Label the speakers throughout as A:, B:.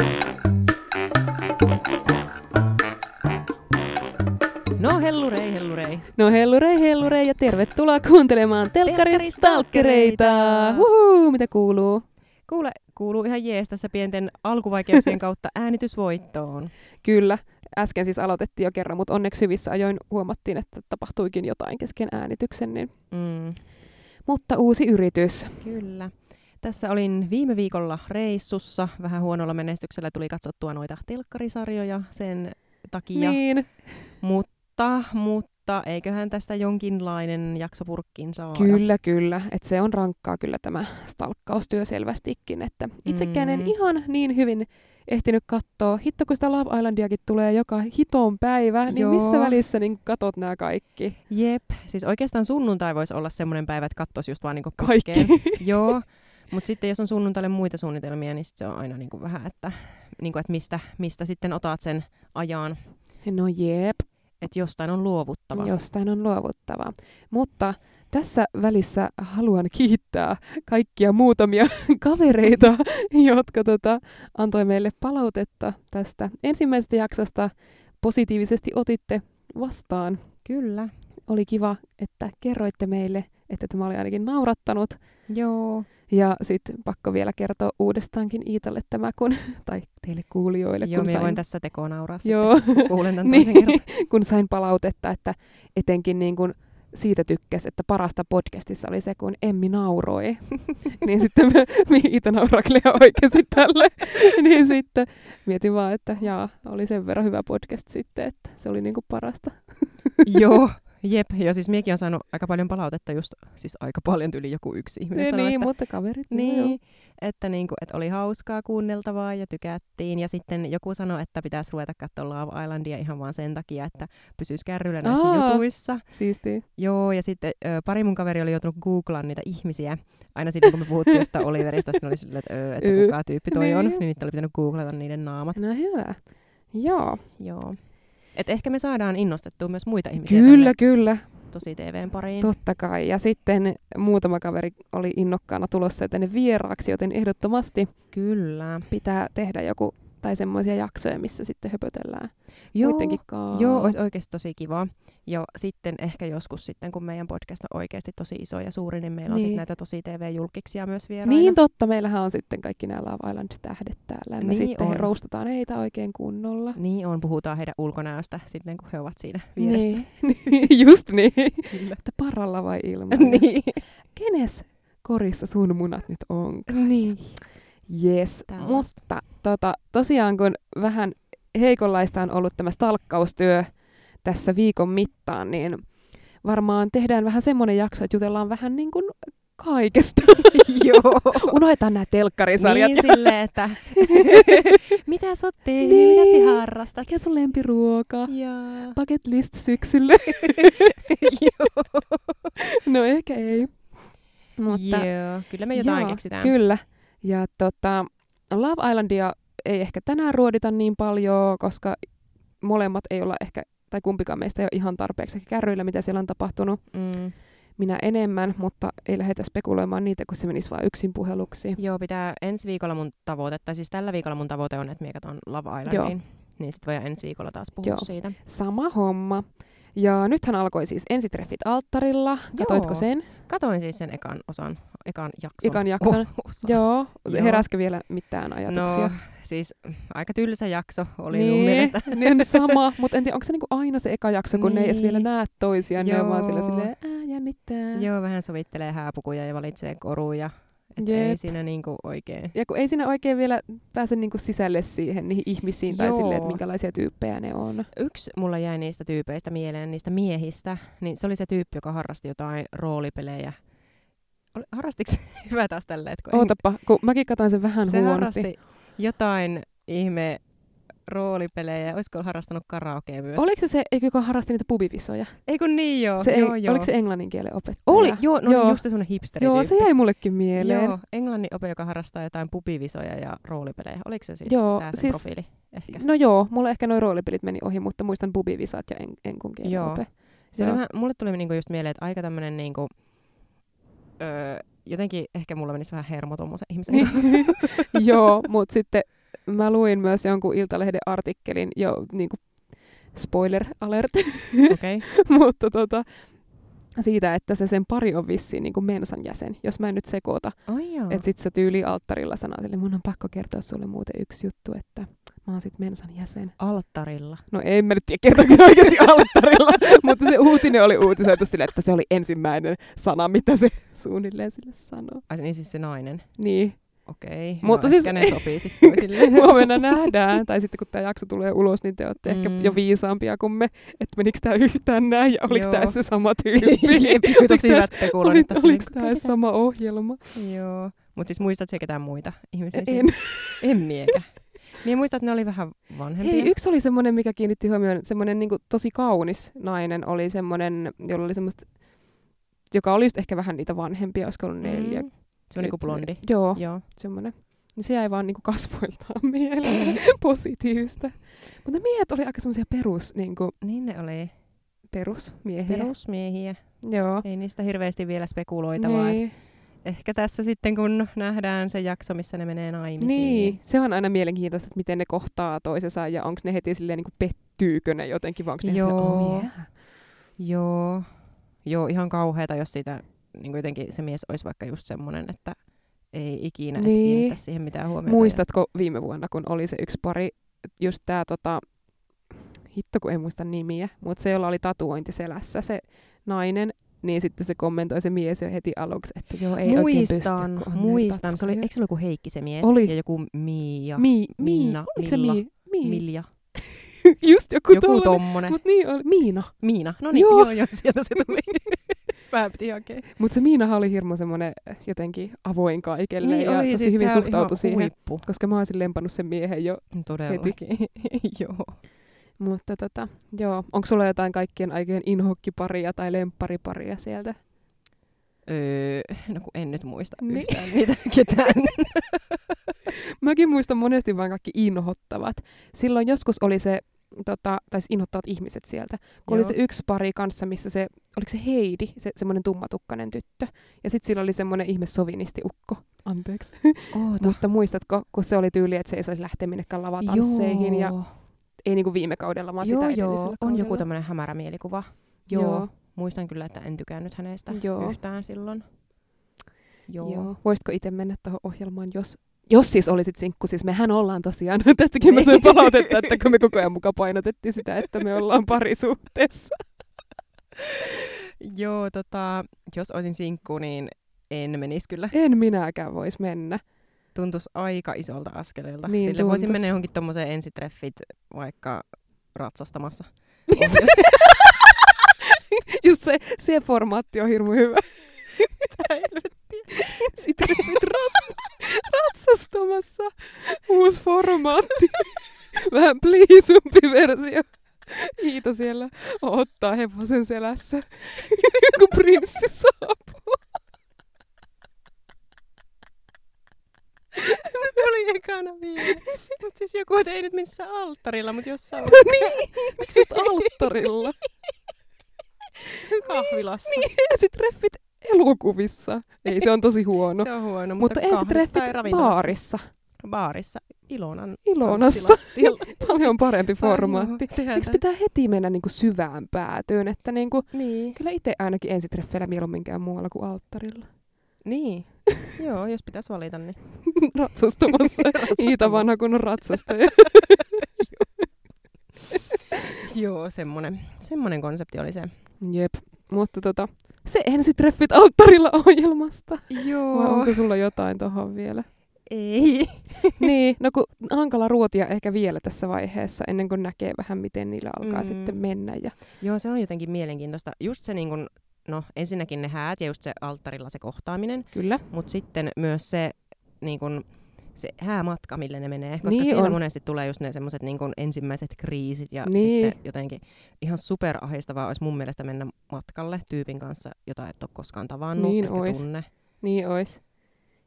A: No,
B: No hellurei, hellurei ja tervetuloa kuuntelemaan telkkaristalkkereita.
A: Telkkaristalkkereita.
B: Huhu, mitä kuuluu?
A: Kuule, kuuluu ihan jees tässä pienten alkuvaikeuksien kautta äänitysvoittoon.
B: Kyllä, äsken siis aloitettiin jo kerran, mutta onneksi hyvissä ajoin huomattiin, että tapahtuikin jotain kesken äänityksen. Niin.
A: Mm,
B: Mutta uusi yritys.
A: kyllä. Tässä olin viime viikolla reissussa. Vähän huonolla menestyksellä tuli katsottua noita telkkarisarjoja sen takia.
B: Niin,
A: Mutta, mutta eiköhän tästä jonkinlainen jaksopurkkiin saa.
B: kyllä, kyllä. Et se on rankkaa kyllä tämä stalkkaustyö selvästikin. Että itsekään en
A: Mm.
B: ihan niin hyvin ehtinyt katsoa. Hitto, kun sitä Love Islandiakin tulee joka hiton päivä, niin
A: Joo.
B: missä välissä niin katot nämä kaikki?
A: Jep. Siis oikeastaan sunnuntai voisi olla semmoinen päivä, että katsoisi just vaan niinku
B: Kaikki.
A: putkeen. Joo, mutta sitten jos on sunnuntaille muita suunnitelmia, niin sit se on aina niinku vähän, että niinku, et mistä, mistä sitten otat sen ajan,
B: No jep.
A: että jostain on luovuttava.
B: Jostain on luovuttava. Mutta tässä välissä haluan kiittää kaikkia muutamia kavereita, jotka tota, antoi meille palautetta tästä ensimmäisestä jaksosta. Positiivisesti otitte vastaan.
A: Kyllä.
B: Oli kiva, että kerroitte meille, että tämä oli ainakin naurattanut.
A: Joo.
B: Ja sitten pakko vielä kertoa uudestaankin Iitalle tämä, kun, tai teille kuulijoille,
A: Joo,
B: kun
A: minä
B: sain,
A: voin tässä tekoa nauraa Joo.
B: joo,
A: sitten, kun kuulen tämän
B: Niin.
A: toisen kerran.
B: kun sain palautetta, että etenkin niin kuin siitä tykkäs, että parasta podcastissa oli se, kun Emmi nauroi. niin sitten mä, mi- Iita nauraa kyllä ihan oikeasti tälle. niin sitten mietin vaan, että jaa, oli sen verran hyvä podcast sitten, että se oli niin kuin parasta.
A: Joo. Jep, ja siis miekin on saanut aika paljon palautetta just, siis aika paljon yli joku yksi ihminen
B: Niin,
A: sanoi,
B: niin
A: että,
B: mutta kaverit. no joo.
A: niin, että, niinku, että oli hauskaa kuunneltavaa ja tykättiin. Ja sitten joku sanoi, että pitäisi ruveta katsomaan Love Islandia ihan vaan sen takia, että pysyisi kärryillä näissä
B: Aa.
A: jutuissa.
B: Siisti.
A: Joo, ja sitten ö, pari mun kaveri oli joutunut googlaan niitä ihmisiä. Aina silloin, kun me puhuttiin jostain Oliverista, sitten oli silleen, että, ö, että
B: Ö,
A: kuka tyyppi toi on,
B: niin.
A: niin niitä oli pitänyt googlata niiden naamat.
B: No hyvä. Joo.
A: Joo. Et ehkä me saadaan innostettua myös muita ihmisiä
B: Kyllä, kyllä.
A: tänne Niin. tosi TVn pariin.
B: Totta kai. Ja sitten muutama kaveri oli innokkaana tulossa tänne vieraaksi, joten ehdottomasti
A: Kyllä.
B: pitää tehdä joku tai semmoisia jaksoja, missä sitten höpötellään Niin
A: Joo,
B: muidenkin kanssa.
A: joo, olisi oikeasti tosi kiva. Ja sitten ehkä joskus sitten, kun meidän podcast on oikeasti tosi iso ja suuri, niin meillä on
B: Niin.
A: sitten näitä tosi TV-julkiksia myös vieraina.
B: Niin totta, meillähän on sitten kaikki nämä Love Island-tähdet täällä. Ja me
A: Niin
B: sitten
A: on.
B: roustataan heitä oikein kunnolla.
A: niin on, puhutaan heidän ulkonäöstä sitten, kun he ovat siinä vieressä.
B: Niin. Just niin.
A: Kyllä.
B: Että paralla vai ilman.
A: niin.
B: Kenes korissa sun munat nyt on?
A: niin.
B: Yes,
A: Tällaista.
B: mutta tota, tosiaan kun vähän heikonlaista on ollut tämä stalkkaustyö tässä viikon mittaan, niin varmaan tehdään vähän semmoinen jakso, että jutellaan vähän niin kuin kaikesta.
A: Joo.
B: Unohdetaan nämä telkkarisarjat.
A: Niin silleen, että mitä sä oot tehnyt,
B: Niin.
A: mitä sä harrastat.
B: Mikä sun lempiruoka?
A: Jaa.
B: Bucket list syksylle.
A: Joo.
B: No ehkä ei. Mutta
A: Joo. Kyllä me jotain
B: Joo,
A: keksitään.
B: Kyllä. Ja tota, Love Islandia ei ehkä tänään ruodita niin paljon, koska molemmat ei olla ehkä, tai kumpikaan meistä ei ole ihan tarpeeksi ehkä kärryillä, mitä siellä on tapahtunut.
A: Mm.
B: Minä enemmän, mutta ei lähdetä spekuloimaan niitä, kun se menisi vain yksin puheluksi.
A: Joo, pitää ensi viikolla mun tavoite, tai siis tällä viikolla mun tavoite on, että me katson Love Islandin. Niin sitten voidaan ensi viikolla taas puhua
B: Joo.
A: siitä.
B: Sama homma. Ja nythän alkoi siis ensitreffit alttarilla. Katoitko
A: Joo.
B: sen?
A: Katoin siis sen ekan osan, ekan jakson.
B: Ekan jakson.
A: osan.
B: Joo.
A: Joo.
B: Heräskö vielä mitään ajatuksia?
A: No, siis aika tylsä jakso oli mun mielestä.
B: Niin, sama, mutta en tiedä, onko se niinku aina se eka jakso, kun ne ei edes vielä
A: Niin.
B: näe toisiaan, ne on vaan sillä
A: Joo.
B: silleen, ää, jännittää.
A: Joo, vähän sovittelee hääpukuja ja valitsee koruja. Et
B: Jep.
A: ei siinä niinku oikein.
B: Ja kun ei siinä oikein vielä pääse niinku sisälle siihen niihin ihmisiin tai
A: Joo.
B: silleen, että minkälaisia tyyppejä ne on.
A: Yksi mulla jäi niistä tyypeistä mieleen, niistä miehistä, niin se oli se tyyppi, joka harrasti jotain roolipelejä. Oli- Harrastiko se hyvä taas tälleen? että kun en-
B: Ootapa, kun mäkin katsoin sen vähän
A: se
B: huonosti.
A: harrasti jotain ihme roolipelejä. Olisiko harrastanut karaokea myös?
B: Oliko se se, eikö joka harrasti niitä pubivisoja?
A: Ei kun niin joo.
B: se
A: joo,
B: ei,
A: joo.
B: Oliko se englannin kielen opettaja?
A: Oli, joo, no
B: Joo.
A: joo. just semmoinen hipsteri
B: Joo, se jäi mullekin mieleen.
A: Joo, englannin ope, joka harrastaa jotain pubivisoja ja roolipelejä. Oliko se siis
B: Joo,
A: tää sen
B: siis-
A: profiili? Ehkä.
B: No joo, mulle ehkä noin roolipelit meni ohi, mutta muistan pubivisat ja en, enkun kielen
A: Joo.
B: ope.
A: Se oli
B: joo.
A: vähän, mulle tuli niinku just mieleen, että aika tämmöinen niinku, öö, jotenkin ehkä mulla menisi vähän hermo tuommoisen ihmisen.
B: Niin.
A: Niin.
B: Joo, mutta sitten mä luin myös jonkun Iltalehden artikkelin jo niin kuin spoiler alert,
A: Okei. Okay.
B: mutta tota, siitä, että se sen pari on vissiin niin kuin mensan jäsen, jos mä en nyt sekoota.
A: Oi joo.
B: Että sit se tyyli alttarilla sanoo sille, mun on pakko kertoa sulle muuten yksi juttu, että mä oon sit mensan jäsen.
A: Alttarilla.
B: No ei mä nyt tiedä, kertoiko se oikeasti alttarilla, mutta se uutinen oli uutisoitu sille, että se oli ensimmäinen sana, mitä se suunnilleen sille sanoo.
A: Ai niin siis se nainen.
B: Niin.
A: Okei. Okay.
B: Mutta
A: no,
B: siis-
A: ehkä ne sopii sitten silleen.
B: Huomenna nähdään, tai sitten kun tämä jakso tulee ulos, niin te olette mm. ehkä
A: Mm.
B: jo viisaampia kuin me, että menikö tämä yhtään näin ja oliko
A: Joo.
B: tämä se sama
A: Jep,
B: tyyppi. Oliks
A: tosi
B: tää-
A: hyvät spekuloinnit
B: siis- Oliko,
A: tässä.
B: oliko
A: niinku.
B: tämä edes sama ohjelma?
A: Joo. Mutta siis muistatko sä ketään muita ihmisiä?
B: En.
A: siinä? En miekä. Mie muistan, että ne oli vähän vanhempia.
B: Hei, yksi oli semmoinen, mikä kiinnitti huomioon, semmoinen niin tosi kaunis nainen oli semmoinen, jolla oli semmoista, joka oli just ehkä vähän niitä vanhempia, olisiko ollut neljä.
A: Mm. Se on niinku blondi.
B: Joo,
A: Joo.
B: semmoinen. Niin se jäi vaan niinku kasvoiltaan mieleen positiivista. Mutta miehet oli aika semmoisia perus, niinku,
A: Niin ne oli
B: perusmiehiä.
A: perusmiehiä.
B: Joo.
A: Ei niistä hirveästi vielä spekuloitavaa. Niin.
B: Niin.
A: Ehkä tässä sitten, kun nähdään se jakso, missä ne menee naimisiin.
B: niin, se on aina mielenkiintoista, että miten ne kohtaa toisensa ja onko ne heti silleen niinku pettyykö ne jotenkin, vai onko ne
A: Joo.
B: silleen, oh yeah.
A: Joo. Joo, ihan kauheeta, jos siitä niin jotenkin se mies olisi vaikka just semmoinen, että ei ikinä niin. et
B: Niin.
A: kiinnitä siihen mitään huomiota.
B: Muistatko viime vuonna, kun oli se yksi pari, just tää tota, hitto kun en muista nimiä, mutta se, jolla oli tatuointi selässä, se nainen, niin sitten se kommentoi se mies jo heti aluksi, että joo, ei oikein
A: muistan,
B: pysty, kun on näitä
A: muistan. Se oli,
B: patskoja.
A: eikö se ollut joku Heikki se mies?
B: Oli.
A: Ja joku Miia.
B: Mi, mi,
A: Minna,
B: oliko se
A: Milla,
B: mi, mi,
A: Milja.
B: just joku,
A: joku
B: tollanen.
A: tommonen.
B: Mut niin oli, Miina.
A: Miina. No niin,
B: Joo.
A: joo. joo, joo, sieltä se tuli. Mä piti hakea.
B: Mutta se Miinahan oli hirmu semmoinen jotenkin avoin kaikelle
A: Niin
B: ja
A: oli,
B: tosi
A: siis
B: hyvin
A: se oli
B: suhtautui
A: ihan
B: siihen.
A: Huippu.
B: Koska mä olisin lempannut sen miehen jo.
A: Todellakin. joo.
B: Mutta tota, joo, onko sulla jotain kaikkien aikojen inhokkiparia tai lemppariparia sieltä?
A: Öö, no kun en nyt muista
B: Niin.
A: niin. yhtään niitä ketään.
B: Mäkin muistan monesti vain kaikki inhottavat. Silloin joskus oli se, tota, tai siis inhottavat ihmiset sieltä, kun oli
A: Joo.
B: se yksi pari kanssa, missä se, oliko se Heidi, se semmoinen tummatukkainen tyttö. Ja sitten sillä oli semmoinen ihme sovinistiukko. Anteeksi.
A: Oota.
B: Mutta muistatko, kun se oli tyyli, että se ei saisi lähteä minnekään lavatansseihin ja
A: Joo.
B: ei niinku viime kaudella, vaan
A: joo,
B: sitä
A: joo.
B: edellisellä
A: on joku
B: kaudella.
A: tämmöinen hämärä mielikuva. Joo.
B: Joo.
A: joo. Muistan kyllä, että en tykännyt hänestä
B: Joo.
A: joo. yhtään silloin. Joo.
B: Joo.
A: joo.
B: joo. Voisitko itse mennä tuohon ohjelmaan, jos, jos siis olisit sinkku? Siis mehän ollaan tosiaan, tästäkin mä sain palautetta, että kun me koko ajan muka painotettiin sitä, että me ollaan parisuhteessa.
A: Joo, tota, jos olisin sinkku, niin en menisi kyllä.
B: En minäkään voisi mennä.
A: Tuntuisi aika isolta askeleelta.
B: Niin,
A: Sille voisin
B: tuntuis.
A: mennä johonkin tommoseen ensitreffit vaikka ratsastamassa.
B: Just se, se formaatti on hirmu hyvä. Sitä nyt ras- ratsastamassa. Uusi formaatti. Vähän pliisumpi versio. Iita siellä ottaa hevosen selässä, kun prinssi saapuu.
A: Se tuli ekana vielä. Mut siis joku, että ei nyt missään alttarilla, mut jossain
B: No niin, miksi just alttarilla?
A: kahvilassa.
B: Niin, ensitreffit elokuvissa. Ei, se on tosi huono.
A: Se on huono, mutta,
B: Mutta ensitreffit
A: kahvit tai ravintolassa.
B: baarissa,
A: Baarissa. Ilonan
B: Ilonassa.
A: tanssilattialla.
B: Paljon parempi
A: Ai
B: formaatti.
A: joo, tehdään
B: Miksi
A: tää.
B: pitää heti mennä niinku syvään päätyyn? Että niinku,
A: Niin.
B: kyllä itse ainakin ensitreffeillä mieluummin käy muualla kuin alttarilla.
A: Niin. Joo, jos pitäisi valita, niin.
B: Ratsastamassa. Iita vanha kun on ratsastaja.
A: Joo, semmonen, semmonen konsepti oli se.
B: Jep. Mutta tota, se ensitreffit alttarilla ohjelmasta. Vai
A: Joo.
B: onko sulla jotain tohon vielä?
A: Ei.
B: niin, no kun hankala ruotia ehkä vielä tässä vaiheessa, ennen kuin näkee vähän, miten niillä alkaa
A: Mm.
B: sitten mennä. Ja...
A: Joo, se on jotenkin mielenkiintoista. Just se niin kun, no ensinnäkin ne häät ja just se alttarilla se kohtaaminen,
B: Kyllä.
A: mutta sitten myös se niin kun, se häämatka, mille ne menee, koska
B: Niin
A: niin siellä
B: on.
A: on. monesti tulee just ne semmoiset niin kun ensimmäiset kriisit ja
B: Niin.
A: niin. sitten jotenkin ihan superahistavaa olisi mun mielestä mennä matkalle tyypin kanssa, jota et ole koskaan tavannut,
B: Niin
A: etkä
B: ois.
A: tunne.
B: Niin ois.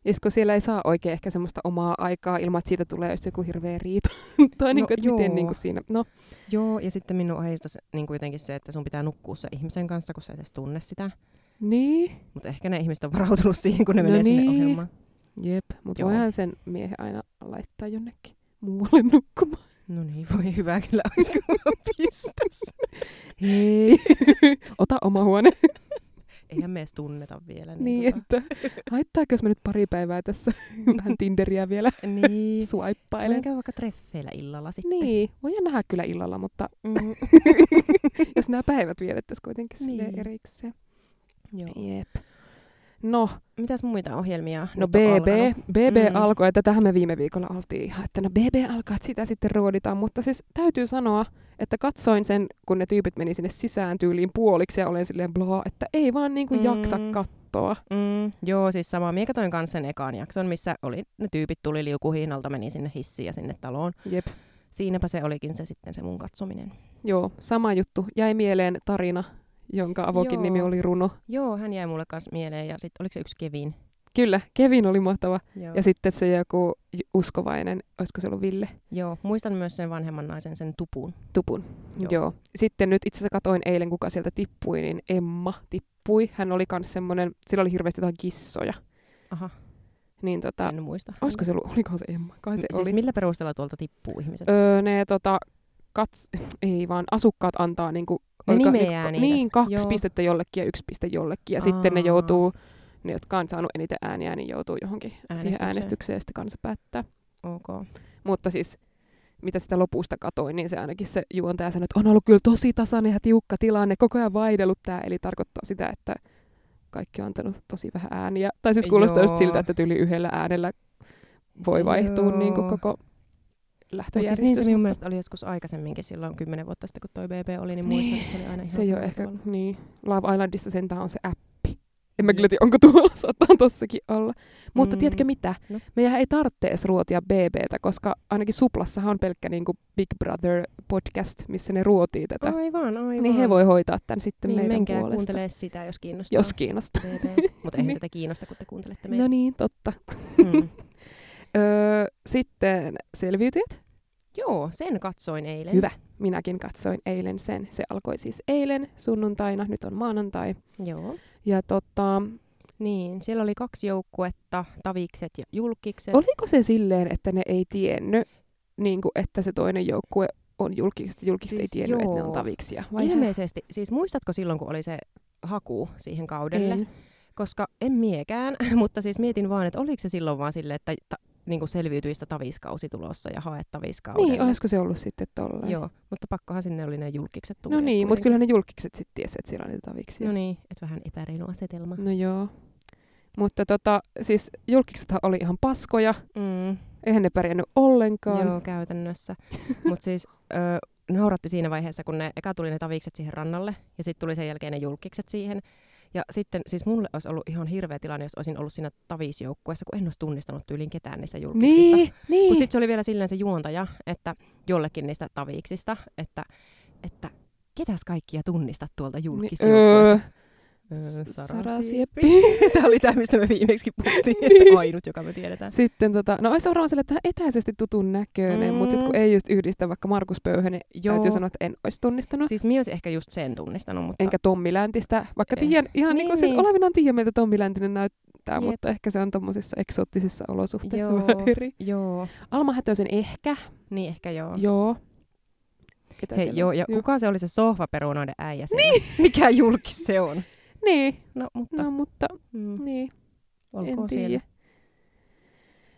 B: Ja sit kun siellä ei saa oikein ehkä semmoista omaa aikaa ilman, että siitä tulee just joku hirveä riita. tai no, niin
A: No
B: kuin, että miten
A: joo.
B: niin kuin siinä. No,
A: Joo, ja sitten minun ohjeista niin jotenkin se, että sun pitää nukkua sen ihmisen kanssa, kun sä et edes tunne sitä.
B: niin.
A: Mutta ehkä ne ihmiset on varautunut siihen, kun ne
B: No
A: no menee niin.
B: niin.
A: sinne ohjelmaan.
B: Jep, mutta
A: Joo.
B: voihan sen miehen aina laittaa jonnekin muualle nukkumaan.
A: No niin, voi hyvä kyllä olisi, kun on pistossa.
B: Hei, ota oma huone.
A: Eihän me edes tunneta vielä. Niin,
B: Niin, että haittaako, jos mä nyt pari päivää tässä vähän Tinderiä vielä
A: Tota, niin.
B: swippailen?
A: Voin käydä vaikka treffeillä illalla sitten.
B: Niin, voi nähdä kyllä illalla, mutta
A: Mm,
B: jos nämä päivät vietettäisiin kuitenkin sille
A: Niin.
B: erikseen.
A: joo.
B: Jep. No,
A: Mitäs muita ohjelmia
B: no
A: nyt on
B: BB,
A: alkanut?
B: BB
A: Mm.
B: mm. alkoi, että tähän me viime viikolla oltiin ihan, että no BB alkaa, että sitä sitten ruoditaan, mutta siis täytyy sanoa, että katsoin sen, kun ne tyypit meni sinne sisään tyyliin puoliksi ja olen silleen blaa, että ei vaan niinku mm. jaksa
A: Mm.
B: kattoa.
A: Mm, joo, siis sama. Mie katsoin kanssa sen ekaan jakson, missä oli, ne tyypit tuli liukuhihnalta, meni sinne hissiin ja sinne taloon.
B: Jep.
A: Siinäpä se olikin se sitten se mun katsominen.
B: Joo, sama juttu. Jäi mieleen tarina, jonka avokin
A: Joo.
B: nimi oli Runo.
A: Joo, hän jäi mulle kanssa mieleen ja sitten oliko se yksi Kevin?
B: Kyllä, Kevin oli mahtava.
A: Joo.
B: Ja sitten se joku j- uskovainen, olisiko se ollut Ville
A: joo, muistan myös sen vanhemman naisen, sen tupun.
B: Tupun.
A: Joo.
B: Joo. Joo. Sitten nyt itse asiassa katoin eilen, kuka sieltä tippui, niin Emma tippui. Hän oli kans semmoinen, sillä oli hirveästi jotain kissoja.
A: Aha,
B: Niin
A: Ta-
B: tota,
A: en muista.
B: olisiko se ollut, oliko se Emma? Kai se
A: M-
B: oli.
A: Mm. Siis millä perusteella tuolta tippuu ihmiset?
B: öö, ne tota, kats, ei vaan asukkaat antaa niinku,
A: Ne
B: oliko-
A: nimeää
B: niinku,
A: niitä.
B: Niin, kaksi
A: Joo.
B: Joo. pistettä jollekin ja yksi piste jollekin. Ja Aa. sitten ne
A: Aa.
B: joutuu, ne jotka on saanut eniten ääniä, niin joutuu johonkin siihen
A: Äänestykseen.
B: äänestykseen ja sitten kansa päättää.
A: ok.
B: Mutta siis mitä sitä lopusta katoin, niin se ainakin se juontaja sanoi, että on ollut kyllä tosi tasainen ja tiukka tilanne, koko ajan vaidellut tämä, eli tarkoittaa sitä, että kaikki on antanut tosi vähän ääniä. Tai siis kuulostaa just
A: Joo.
B: siltä, että tyli yhdellä äänellä voi vaihtua niin kuin
A: Joo.
B: koko
A: Mutta
B: lähtöjärjestys.
A: siis niin se minun mielestä oli joskus aikaisemminkin silloin, kymmenen vuotta sitten, kun toi BB oli, niin muistan,
B: Niin.
A: että se oli aina ihan
B: se ei ole
A: samalla
B: ehkä,
A: tavalla.
B: niin, Love Islandissa sentään on se appi. En
A: Niin.
B: mä kyllä tiedä, onko tuolla, saattaa tossakin olla. Mutta
A: Mm.
B: mm. tiedätkö mitä?
A: No.
B: No. Meidän ei tarvitse edes ruotia BBtä, koska ainakin Suplassahan on pelkkä niin kuin Big Brother podcast, missä ne ruotii tätä. Aivan.
A: Aivan, aivan.
B: Niin he voi hoitaa tämän sitten
A: niin,
B: meidän
A: menkää
B: puolesta,
A: kuuntelee sitä, jos kiinnostaa.
B: jos kiinnostaa.
A: Mutta eihän
B: Niin.
A: tätä kiinnosta, kun te kuuntelette meitä.
B: No niin, totta.
A: Mm.
B: Öö, sitten selviytyjät.
A: Joo, sen katsoin eilen.
B: Hyvä. Minäkin katsoin eilen sen. Se alkoi siis eilen sunnuntaina, nyt on maanantai.
A: Joo.
B: Ja tota,
A: Niin, siellä oli kaksi joukkuetta, tavikset ja julkikset.
B: Oliko se silleen, että ne ei tiennyt, niin kuin, että se toinen joukkue on julkista, julkista
A: Siis
B: siis ei tiennyt, että ne
A: joo.
B: on taviksia? Vai
A: Ilmeisesti, siis muistatko silloin, kun oli se haku siihen kaudelle?
B: En.
A: Koska en miekään, mutta siis mietin vaan, että oliko se silloin vaan silleen, että ta, niin selviytyistä taviskausi tulossa ja haet taviskaudelle.
B: Niin, olisiko se ollut sitten tolleen?
A: Joo, mutta pakkohan sinne oli ne julkikset tulla.
B: No niin, mutta kyllähän ne julkiset sitten tiesi, että siellä on niitä taviksia.
A: No niin, että vähän epäreilu asetelma.
B: No joo. Mutta tota, siis julkisethan oli ihan paskoja,
A: Mm.
B: eihän ne pärjännyt ollenkaan.
A: Joo, käytännössä. Mutta siis ö, nauratti siinä vaiheessa, kun ne eka tuli ne tavikset siihen rannalle ja sitten tuli sen jälkeen ne julkikset siihen. Ja sitten siis mulle olisi ollut ihan hirveä tilanne, jos olisin ollut siinä tavisjoukkueessa, kun en olisi tunnistanut tyyliin ketään niistä julkiksista.
B: Niin, niin.
A: Kun sitten se oli vielä silleen se juontaja, että jollekin niistä taviksista, että, että ketäs kaikkia tunnistat tuolta julkisjoukkueesta.
B: öö,
A: Öö,
B: s-
A: Sara
B: Sara
A: Sieppi.
B: Sieppi.
A: Tämä oli tämä, mistä me viimeksi puhuttiin, että ainut, joka me tiedetään.
B: Sitten tota, no olisi varmaan sille, että hän etäisesti tutun näköinen, mm. mutta sitten kun ei just yhdistä vaikka Markus Pöyhönen,
A: Joo.
B: täytyy sanoa, että no. en olisi tunnistanut.
A: Siis minä olisin ehkä just sen tunnistanut, mutta
B: Enkä Tommi Läntistä, vaikka
A: Eh.
B: tiedän, ihan niin,
A: Niin,
B: niin siis
A: Ah. niin.
B: olevinaan tiedän, miltä Tommi Läntinen näyttää,
A: Jep.
B: mutta ehkä se on tommosissa eksoottisissa olosuhteissa
A: Joo.
B: vähän eri.
A: joo,
B: Alma Hätösen ehkä,
A: niin ehkä joo.
B: joo. Ketä
A: Hei,
B: siellä
A: joo,
B: on?
A: ja kuka se oli se sohvaperunoiden äijä niin. Mikä julkis se on?
B: Niin,
A: No, mutta
B: no mutta
A: mm,
B: niin,
A: olkoon
B: en
A: siellä.
B: tiedä.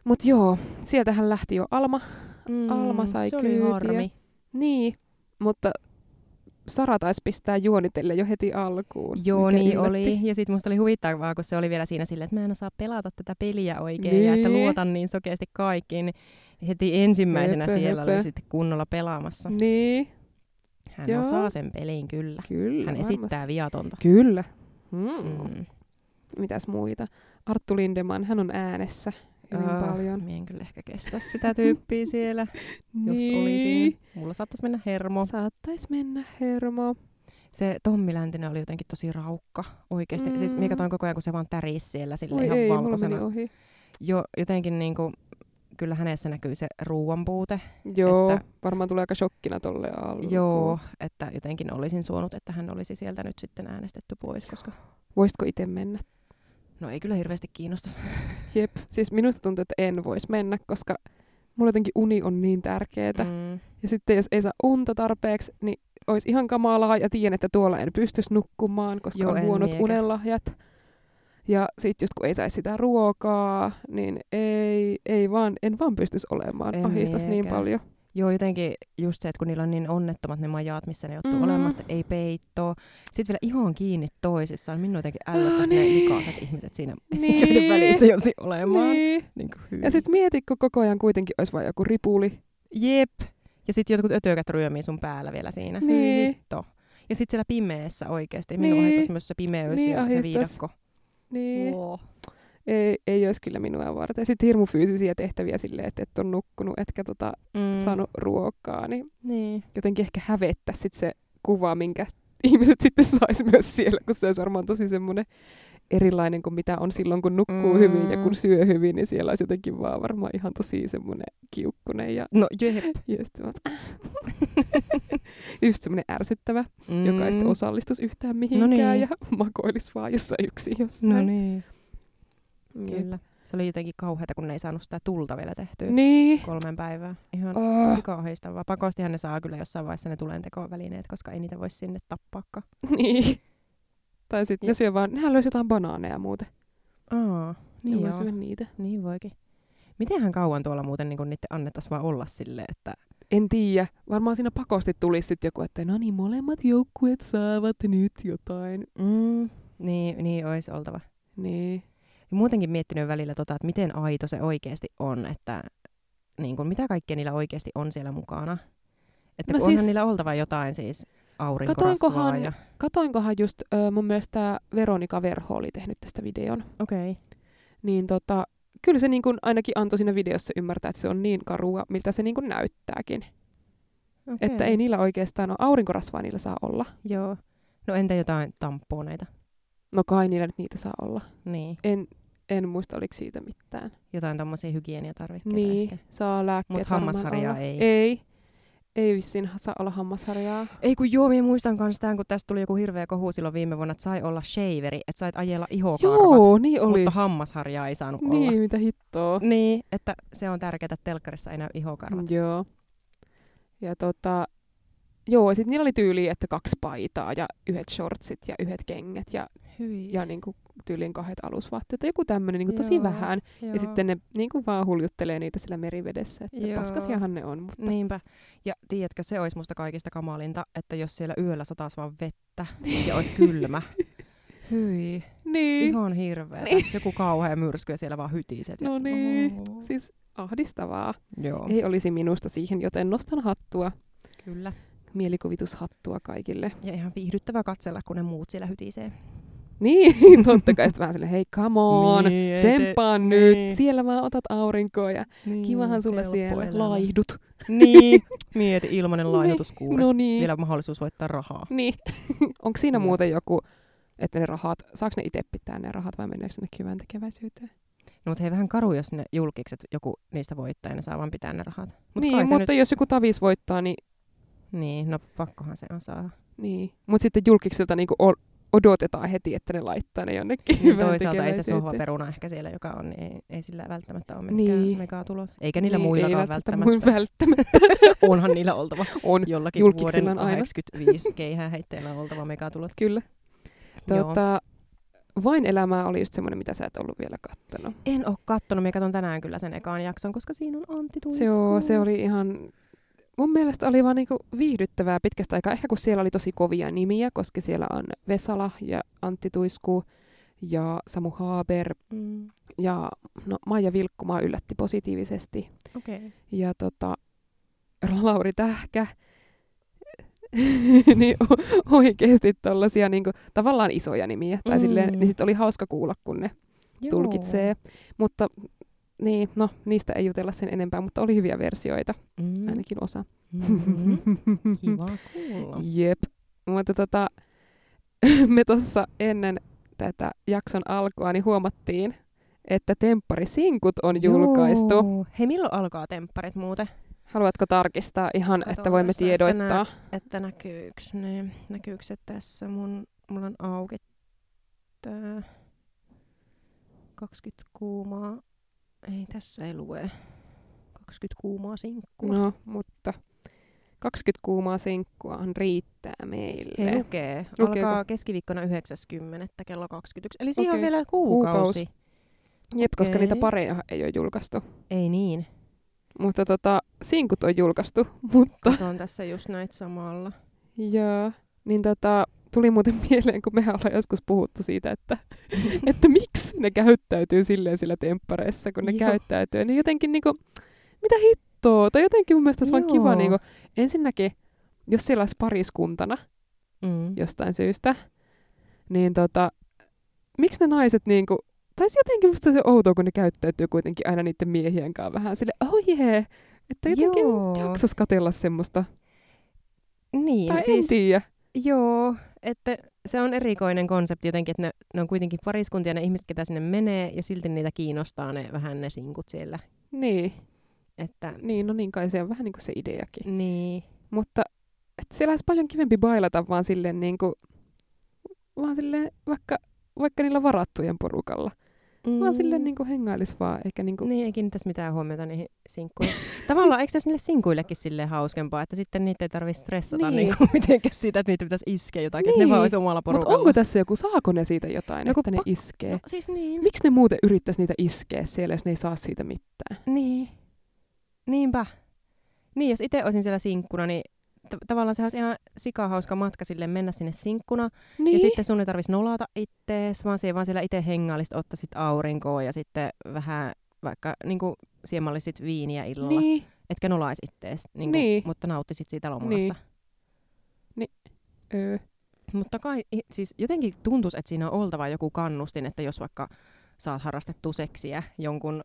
B: Mutta joo, sieltähän lähti jo Alma.
A: Mm,
B: Alma sai
A: se
B: kyytiä.
A: oli harmi.
B: Niin, mutta Sara taisi pistää juonitelle jo heti alkuun.
A: Joo,
B: mikä
A: niin
B: yllätti.
A: oli. Ja sitten musta oli huvittavaa, kun se oli vielä siinä silleen, että mä en osaa pelata tätä peliä oikein ja että
B: Niin.
A: luotan niin sokeasti kaikkiin. Heti ensimmäisenä
B: Höpö,
A: siellä
B: höpö.
A: oli sitten kunnolla pelaamassa.
B: Niin,
A: Hän
B: Joo.
A: osaa sen pelin kyllä.
B: kyllä.
A: Hän
B: varmasti.
A: esittää viatonta.
B: Kyllä. Mm.
A: Mm.
B: mitäs muita. Arttu Lindeman, hän on äänessä hyvin
A: Ah,
B: paljon.
A: Mie en kyllä ehkä kestä sitä tyyppiä siellä, jos olisin. Mulla saattaisi mennä hermo.
B: Saattais niin. mennä hermo.
A: Se Tommi Läntinen oli jotenkin tosi raukka oikeasti. Mm. Siis
B: Mm.
A: mie katsoin koko ajan, kun se vaan tärisi siellä sille
B: Voi
A: ihan
B: ei, mulla meni
A: valkoisena.
B: ohi.
A: Jo, jotenkin niinku, kyllä hänessä näkyy se ruuan puute.
B: Joo,
A: Että-
B: että... varmaan tulee aika shokkina tolle alkuun.
A: Joo, että jotenkin olisin suonut, että hän olisi sieltä nyt sitten äänestetty pois, koska
B: Voisitko itse mennä?
A: no ei kyllä hirveästi kiinnosta.
B: Jep. Siis minusta tuntuu, että en voisi mennä, koska mulla jotenkin uni on niin tärkeetä. Mm.
A: Mm.
B: Ja sitten jos ei saa unta tarpeeksi, niin olisi ihan kamalaa ja tiedän, että tuolla en pystyisi nukkumaan, koska
A: Joo,
B: on
A: en
B: huonot
A: miekä.
B: unenlahjat. Ja sitten just kun ei saisi sitä ruokaa, niin ei, ei vaan, en vaan pystyisi olemaan.
A: En
B: Ahistas niin
A: miekä.
B: paljon.
A: Joo, jotenkin just se, että kun niillä on niin onnettomat ne majaat, missä ne joutuu
B: Mhm.
A: mm-hmm. olemasta, ei peittoa. Sitten vielä ihan kiinni toisissaan. Minua jotenkin ällöttää
B: Ah,
A: ah, ne
B: niin.
A: likaiset ihmiset siinä,
B: Niin.
A: niin. joiden välissä jousi olemaan. Niin.
B: Niin.
A: Niin
B: Ja sitten mieti, kun koko ajan kuitenkin olisi vain joku ripuli.
A: Jep. Ja sitten jotkut ötökät ryömii sun päällä vielä siinä. Hyi
B: Niin.
A: Hitto. Ja sitten siellä pimeässä oikeasti. Minua
B: Niin.
A: niin. ahdistas myös se pimeys
B: Niin
A: ja se
B: ahdistas.
A: viidakko.
B: Niin.
A: Wow.
B: Ei, ei olisi kyllä minua varten. Sitten hirmu fyysisiä tehtäviä silleen, että et on nukkunut, etkä tota,
A: Mm.
B: mm. saanut ruokaa, niin
A: Niin.
B: jotenkin ehkä hävettää sit se kuva, minkä ihmiset sitten sais myös siellä, kun se olisi varmaan tosi semmoinen erilainen kuin mitä on silloin, kun nukkuu mm.
A: Mm.
B: hyvin ja kun syö hyvin, niin siellä olisi jotenkin vaan varmaan ihan tosi semmoinen kiukkunen ja
A: No jep.
B: just, vaan, just semmoinen ärsyttävä, mm. joka ei sitten osallistuisi yhtään mihinkään
A: niin.
B: ja makoilisi vaan jossain yksin jossain.
A: No niin.
B: Jep.
A: Kyllä. Se oli jotenkin kauheata, kun ne ei saanut sitä tulta vielä tehtyä.
B: Niin.
A: kolmeen päivään. Ihan
B: Oh,
A: sikaahistavaa. Pakostihan ne saa kyllä jossain vaiheessa ne tulentekovälineet, koska ei niitä voi sinne tappaakaan.
B: niin. Tai sitten ne
A: Ja-
B: syö vaan, nehän löysi jotain banaaneja muuten.
A: Aa,
B: Niin
A: niin
B: ne voi
A: joo.
B: syödä niitä.
A: Niin voikin. Mitenhän kauan tuolla muuten niin niiden annettaisiin vaan olla silleen, että...
B: En tiedä. Varmaan siinä pakosti tulisi sitten joku, että no niin, molemmat joukkueet saavat nyt jotain.
A: Mm, niin, niin olisi oltava.
B: Niin.
A: Ja muutenkin miettinyt välillä tota, että miten aito se oikeasti on, että niin kuin, mitä kaikkea niillä oikeasti on siellä mukana. Että no
B: No
A: siis...
B: siis-
A: onhan niillä oltava jotain siis aurinkorasvaa
B: Katoinkohan-
A: ja...
B: Katoinkohan just ö, mun mielestä tää Veronika Verho oli tehnyt tästä videon.
A: Okei. Okay.
B: Niin tota, kyllä se niin kun ainakin antoi siinä videossa ymmärtää, että se on niin karua, miltä se niin kun näyttääkin. Okay.
A: Okay.
B: Että ei niillä oikeastaan ole aurinkorasvaa niillä saa olla.
A: Joo. No entä jotain tamponeita?
B: No kai niillä nyt niitä saa olla.
A: Niin.
B: En, en muista, oliko siitä mitään.
A: jotain tämmöisiä hygieniatarvikkeita
B: niin,
A: ehkä.
B: saa lääkkeet
A: Mut
B: varmaan
A: hammasharjaa
B: olla.
A: ei.
B: Ei, ei vissiin ha- saa olla hammasharjaa.
A: Ei kun joo, minä muistan kanssa tämän, kun tästä tuli joku hirveä kohu silloin viime vuonna, että sai olla shaveri, että sait ajella ihokarvat,
B: Joo, niin oli.
A: mutta hammasharjaa ei saanut olla.
B: Niin, mitä hittoa.
A: Niin, että se on tärkeää, että telkkarissa ei näy ihokarvat.
B: Joo. Ja tota, joo, sitten niillä oli tyyli, että kaksi paitaa ja yhdet shortsit ja yhdet kengät ja,
A: Hyi.
B: ja niinku tyyliin kahdet alusvaatteet. Joku tämmöinen niinku tosi
A: Joo,
B: vähän.
A: joo.
B: Ja sitten ne niinku vaan huljuttelee niitä sillä merivedessä. Että
A: Joo. Niin.
B: paskasiahan ne on. Mutta...
A: Niinpä. Ja tiedätkö, se olisi musta kaikista kamalinta, että jos siellä yöllä sataisi vaan vettä ja olisi kylmä. Hyi,
B: niin.
A: ihan hirveä.
B: Niin.
A: Joku kauhea myrsky ja siellä vaan hytiset. ja-
B: No niin.
A: Oo.
B: Siis ahdistavaa.
A: Joo,
B: Ei olisi minusta siihen, joten nostan hattua.
A: kyllä.
B: Mielikuvitushattua kaikille.
A: Ja ihan viihdyttävää katsella, kun ne muut siellä hytisee.
B: Niin, totta kai. Sitten vähän silleen, hei, come on.
A: Niin, ei te-
B: Tsemppaan nyt,
A: niin.
B: siellä vaan otat aurinkoa ja
A: Niin,
B: kivahan sulle siellä, laihdut.
A: Niin, mieti ilmanen
B: Niin,
A: laihdutuskuuri.
B: No niin.
A: Vielä mahdollisuus voittaa rahaa.
B: niin. Onko siinä
A: Jep.
B: muuten joku, että ne rahat, saako ne itse pitää ne rahat vai meneekö ne hyvän tekeväisyyteen?
A: No, mutta hei vähän karu, jos ne julkikset joku niistä voittaa ja ne saa vaan pitää ne rahat. Mut kai
B: niin,
A: se
B: mutta nyt... jos joku tavis voittaa, niin...
A: nyt... niin, no pakkohan se on saada.
B: niin. Mutta sitten julkiksilta niinku o- odotetaan heti, että ne laittaa ne jonnekin
A: Niin
B: hyvän
A: toisaalta ei se
B: tekeväisyyteen.
A: sohvaperuna ehkä siellä, joka on, niin ei, ei sillä välttämättä ole
B: Niin.
A: mitkään niin. megatulot. Eikä niillä
B: niin,
A: niin,
B: ei
A: muillakaan
B: välttämättä.
A: välttämättä.
B: Muin välttämättä.
A: Onhan niillä oltava
B: On,
A: jollakin
B: Julkiksilla
A: vuoden
B: on aina.
A: 85 keihää heitteillä on oltava megatulot.
B: kyllä.
A: Joo.
B: Tota, vain elämää oli just semmoinen, mitä sä et ollut vielä kattonut.
A: En ole kattonut, minä katson tänään kyllä sen ekaan jakson, koska siinä on Antti Tuisku.
B: Se, oo, se oli ihan, mun mielestä oli vaan niinku viihdyttävää pitkästä aikaa. Ehkä kun siellä oli tosi kovia nimiä, koska siellä on Vesala ja Antti Tuisku ja Samu Haaber
A: Mm,
B: ja no, Maija Vilkkumaa yllätti positiivisesti.
A: Okei. Okay.
B: Ja tota, Lauri Tähkä, niin o- oikeasti tällaisia niinku, tavallaan isoja nimiä. Tai
A: Mm.
B: silleen, niin sitten oli hauska kuulla, kun ne tulkitsee. Mutta niin, no, niistä ei jutella sen enempää, mutta oli hyviä versioita,
A: Mm.
B: ainakin osa.
A: Mm. Kiva kuulla.
B: Jep. Mutta tota, me tuossa ennen tätä jakson alkua niin huomattiin, että Temppari-sinkut on julkaistu. Joo.
A: Joo. Hei, milloin alkaa tempparit muuten?
B: Haluatko tarkistaa ihan,
A: Katon
B: että voimme
A: tässä,
B: tiedoittaa?
A: että Että näkyyks ne? Näkyyks se tässä? Mun, mulla on auki tää 20 kuumaa. Ei, tässä ei lue. 20 20 kuumaa sinkkua.
B: No, mutta 20 kuumaa sinkkuahan riittää meille.
A: Hei, lukee.
B: Lukeeko?
A: Alkaa keskiviikkona 90. kello 21. Eli siihen
B: Okei.
A: on vielä kuukausi.
B: Kuukausi. Jep, koska niitä
A: Okei.
B: pareja ei ole julkaistu.
A: Ei niin.
B: Mutta tota, sinkut on julkaistu, mutta
A: Katson tässä just näitä samalla.
B: Joo, niin tota, tuli muuten mieleen, kun mehän ollaan joskus puhuttu siitä, että, että miksi ne käyttäytyy silleen sillä temppareissa, kun ne
A: Joo.
B: käyttäytyy. Niin jotenkin niinku, mitä hittoa, tai jotenkin mun mielestä olisi vaan kiva
A: Joo.
B: niinku, ensinnäkin, jos siellä olisi pariskuntana
A: Mm.
B: jostain syystä, niin tota, miksi ne naiset niinku, tai se jotenkin musta se outoa, kun ne käyttäytyy kuitenkin aina niiden miehien kanssa vähän sille, oh yeah, että jotenkin
A: Joo.
B: jaksas katella semmoista,
A: Niin,
B: tai
A: siis
B: en tiedä.
A: Joo, että se on erikoinen konsepti jotenkin, että ne, ne on kuitenkin pariskuntia, ne ihmiset, ketä sinne menee, ja silti niitä kiinnostaa ne vähän ne sinkut siellä.
B: Niin.
A: Että,
B: Niin, no niin kai se on vähän niin kuin se ideakin.
A: niin,
B: Mutta et siellä olisi paljon kivempi bailata vaan silleen niin kuin, vaan silleen vaikka, vaikka niillä varattujen porukalla.
A: mm,
B: Mm. Vaan silleen niin kuin hengailis vaan, eikä niin kuin,
A: Niin, ei kiinnittäisi mitään huomiota niihin sinkkuihin. Tavallaan eikö se olisi niille sinkuillekin silleen hauskempaa, että sitten niitä ei tarvitse stressata
B: Niin.
A: niin. niin kuin mitenkään siitä, että niitä pitäisi iskeä jotakin, niin. että ne
B: Niin.
A: vaan olisi omalla
B: Mutta
A: porukalla.
B: onko tässä joku, saako ne siitä jotain,
A: No
B: no,
A: kun
B: että ne
A: pakko-
B: iskee?
A: no, siis niin.
B: Miksi ne muuten yrittäisi niitä iskeä siellä, jos ne ei saa siitä mitään?
A: Niin. Niinpä. Niin, jos itse olisin siellä sinkkuna, niin t- tavallaan se olisi ihan sikahauska matka sille mennä sinne sinkkuna,
B: Niin,
A: Ja sitten sun ei tarvitsisi nolata ittees, vaan siellä, vaan siellä itse hengailisit, ottaisit aurinkoa ja sitten vähän vaikka niin kuin, siemallisit viiniä illalla. Niin.
B: niin.
A: Etkä nolaisi ittees, niin kuin,
B: Niin.
A: niin. mutta nauttisit siitä lomasta. Niin.
B: Öö.
A: Mutta kai, i- siis jotenkin tuntuisi, että siinä on oltava joku kannustin, että jos vaikka saat harrastettua seksiä jonkun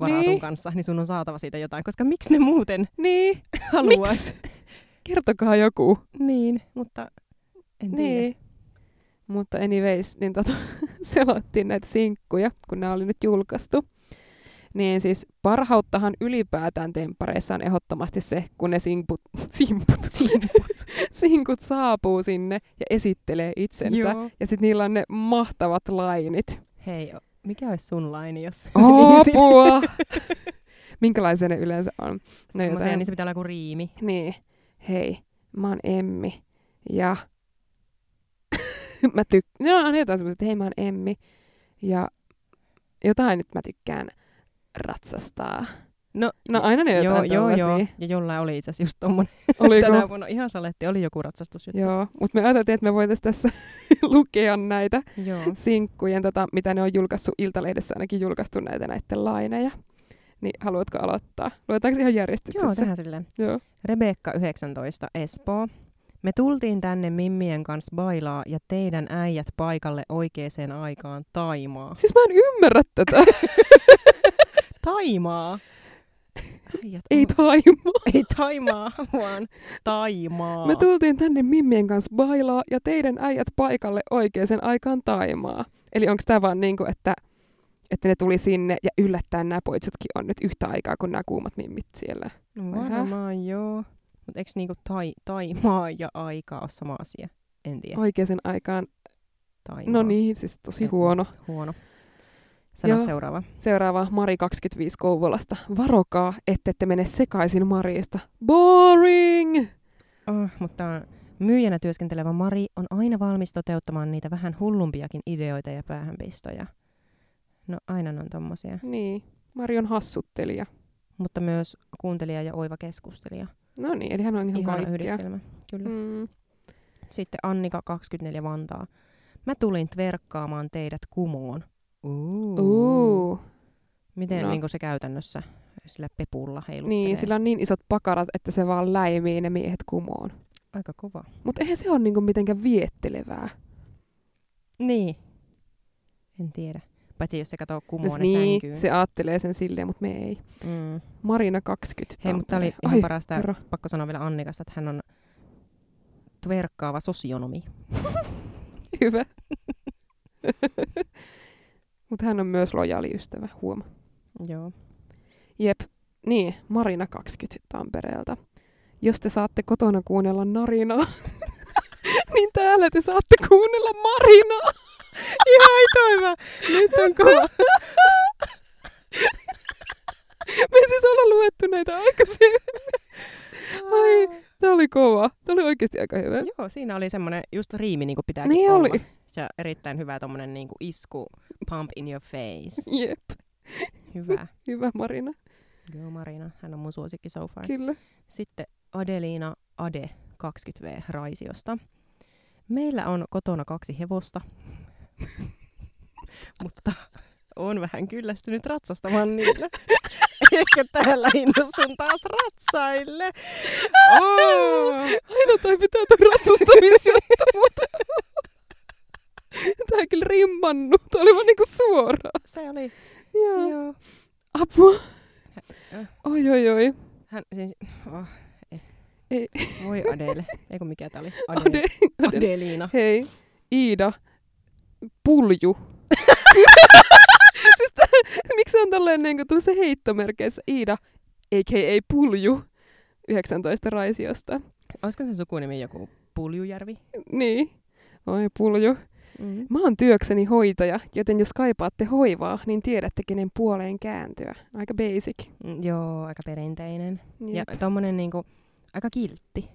A: varatun
B: Niin.
A: niin. kanssa, niin sun on saatava siitä jotain, koska miksi ne muuten
B: Niin,
A: haluaa?
B: miksi? Kertokaa joku.
A: Niin, mutta en tiedä.
B: Niin. Mutta anyways, niin tota, selattiin näitä sinkkuja, kun nämä oli nyt julkaistu. Niin siis parhauttahan ylipäätään temppareissa on ehdottomasti se, kun ne simput, simput, simput. sinkut saapuu sinne ja esittelee itsensä. Joo.
A: Joo.
B: Ja sitten niillä on ne mahtavat lainit.
A: Hei, o- mikä olisi sun laini, jos... niin
B: Apua! Minkälaisia ne yleensä on? No
A: Semmoisia,
B: jotain-
A: niin se pitää olla joku riimi.
B: Niin, hei, mä oon Emmi ja mä tykkään, no on jotain semmoista, että hei mä oon Emmi ja jotain, että mä tykkään ratsastaa.
A: No,
B: No aina ne
A: joo,
B: jotain
A: joo, joo.
B: tollasia.
A: Ja jollain oli itse asiassa just tommonen tänä
B: Oliko?
A: vuonna. Ihan saletti, oli joku ratsastusjuttu.
B: joo, mutta me ajateltiin, että me voitaisiin tässä lukea näitä
A: Joo.
B: sinkkujen, tota, mitä ne on julkaissut, Iltalehdessä ainakin julkaistu näitä näiden laineja. Niin haluatko aloittaa? Luetaanko ihan
A: joo,
B: järjestyksessä?
A: tehdään silleen.
B: joo.
A: Rebekka 19, Espoo. Me tultiin tänne Mimmien kanssa bailaa ja teidän äijät paikalle oikeeseen aikaan Taimaa.
B: Siis mä en ymmärrä tätä.
A: Taimaa? Äijät,
B: Ei
A: on-
B: taimaa.
A: ei Taimaa, vaan Taimaa.
B: Me tultiin tänne Mimmien kanssa bailaa ja teidän äijät paikalle oikeaan aikaan Taimaa. Eli onko tämä vaan niin kuin, että, että ne tuli sinne ja yllättäen nämä poitsutkin on nyt yhtä aikaa kuin nämä kuumat mimmit siellä.
A: no,
B: Vähän.
A: varmaan joo. Mutta eikö niinku tai, Taimaa ja aikaa ole sama asia? En tiedä.
B: Oikeaan aikaan.
A: Taimaa.
B: No niin, siis tosi huono.
A: Huono. Sano
B: Joo.
A: seuraava.
B: Seuraava Mari 25 Kouvolasta. Varokaa, ettette mene sekaisin Mariista. Boring!
A: Oh, mutta myyjänä työskentelevä Mari on aina valmis toteuttamaan niitä vähän hullumpiakin ideoita ja päähänpistoja. No aina ne on tommosia.
B: Niin, Mari on hassuttelija.
A: Mutta myös kuuntelija ja oiva keskustelija.
B: No niin, eli hän on ihan,
A: Ihan
B: kaikkea.
A: yhdistelmä. Kyllä. Mm.
B: Mm.
A: Sitten Annika 24 Vantaa. Mä tulin tverkkaamaan teidät kumoon. Uu.
B: Uu. niin,
A: Miten
B: No.
A: no. niin se käytännössä sillä pepulla heiluttelee?
B: Niin, sillä on niin isot pakarat, että se vaan läimii ne miehet kumoon.
A: Aika kova.
B: Mutta eihän se ole niinku mitenkään viettelevää.
A: Niin. En tiedä. Paitsi jos se katoo
B: Jos
A: kumoon, niin,
B: niin,
A: sänkyyn.
B: se aattelee sen silleen, mutta me ei.
A: Mm.
B: Marina 20.
A: Hei, mutta tämä oli
B: Tampere.
A: ihan
B: Ai,
A: parasta.
B: kerro.
A: Pakko sanoa vielä Annikasta, että hän on tverkkaava sosionomi.
B: Hyvä. mutta hän on myös lojaali ystävä, huoma.
A: Joo.
B: Jep, niin, Marina 20 Tampereelta. Jos te saatte kotona kuunnella narinaa, niin täällä te saatte kuunnella marinaa.
A: Ihan toiva! Nyt on kova.
B: Me siis ollaan luettu puhuttu näitä aikaisemmin. Ai, tämä oli kova. Tämä oli oikeasti aika hyvä.
A: Joo, siinä oli semmoinen just riimi niin kuin pitääkin
B: Niin
A: olla.
B: oli.
A: Ja erittäin hyvä tommonen niin kuin isku, pump in your face.
B: Jep,
A: Hyvä.
B: hyvä Marina.
A: Joo Marina, hän on mun suosikki so far.
B: Kyllä.
A: Sitten Adelina Ade 20V Raisiosta. Meillä on kotona kaksi hevosta, mutta on vähän kyllästynyt ratsastamaan niitä. Ehkä täällä innostun taas ratsaille. Oh.
B: Aina toi pitää toi ratsastamisjuttu, mutta... Tää kyllä rimmannu. Tää oli vaan niinku suora.
A: Se oli.
B: Joo.
A: Joo.
B: Apua.
A: Äh.
B: Oi, oi, oi.
A: Hän, siis, oh, ei.
B: Ei.
A: Voi Adele. Eikö mikä tää oli? Adele.
B: Ade, Ade.
A: Adeliina.
B: Hei, Iida. Pulju. siis, siis tää, miksi se on tälleen niinku tämmöisessä heittomerkeissä Iida, a.k.a. Pulju, 19 Raisiosta.
A: Olisiko sen sukunimi joku Puljujärvi?
B: Niin. Oi Pulju.
A: Mm.
B: Mä oon työkseni hoitaja, joten jos kaipaatte hoivaa, niin tiedätte kenen puoleen kääntyä. Aika basic.
A: Mm, Joo, aika perinteinen. Ja
B: Jep.
A: tommonen niinku, aika kiltti.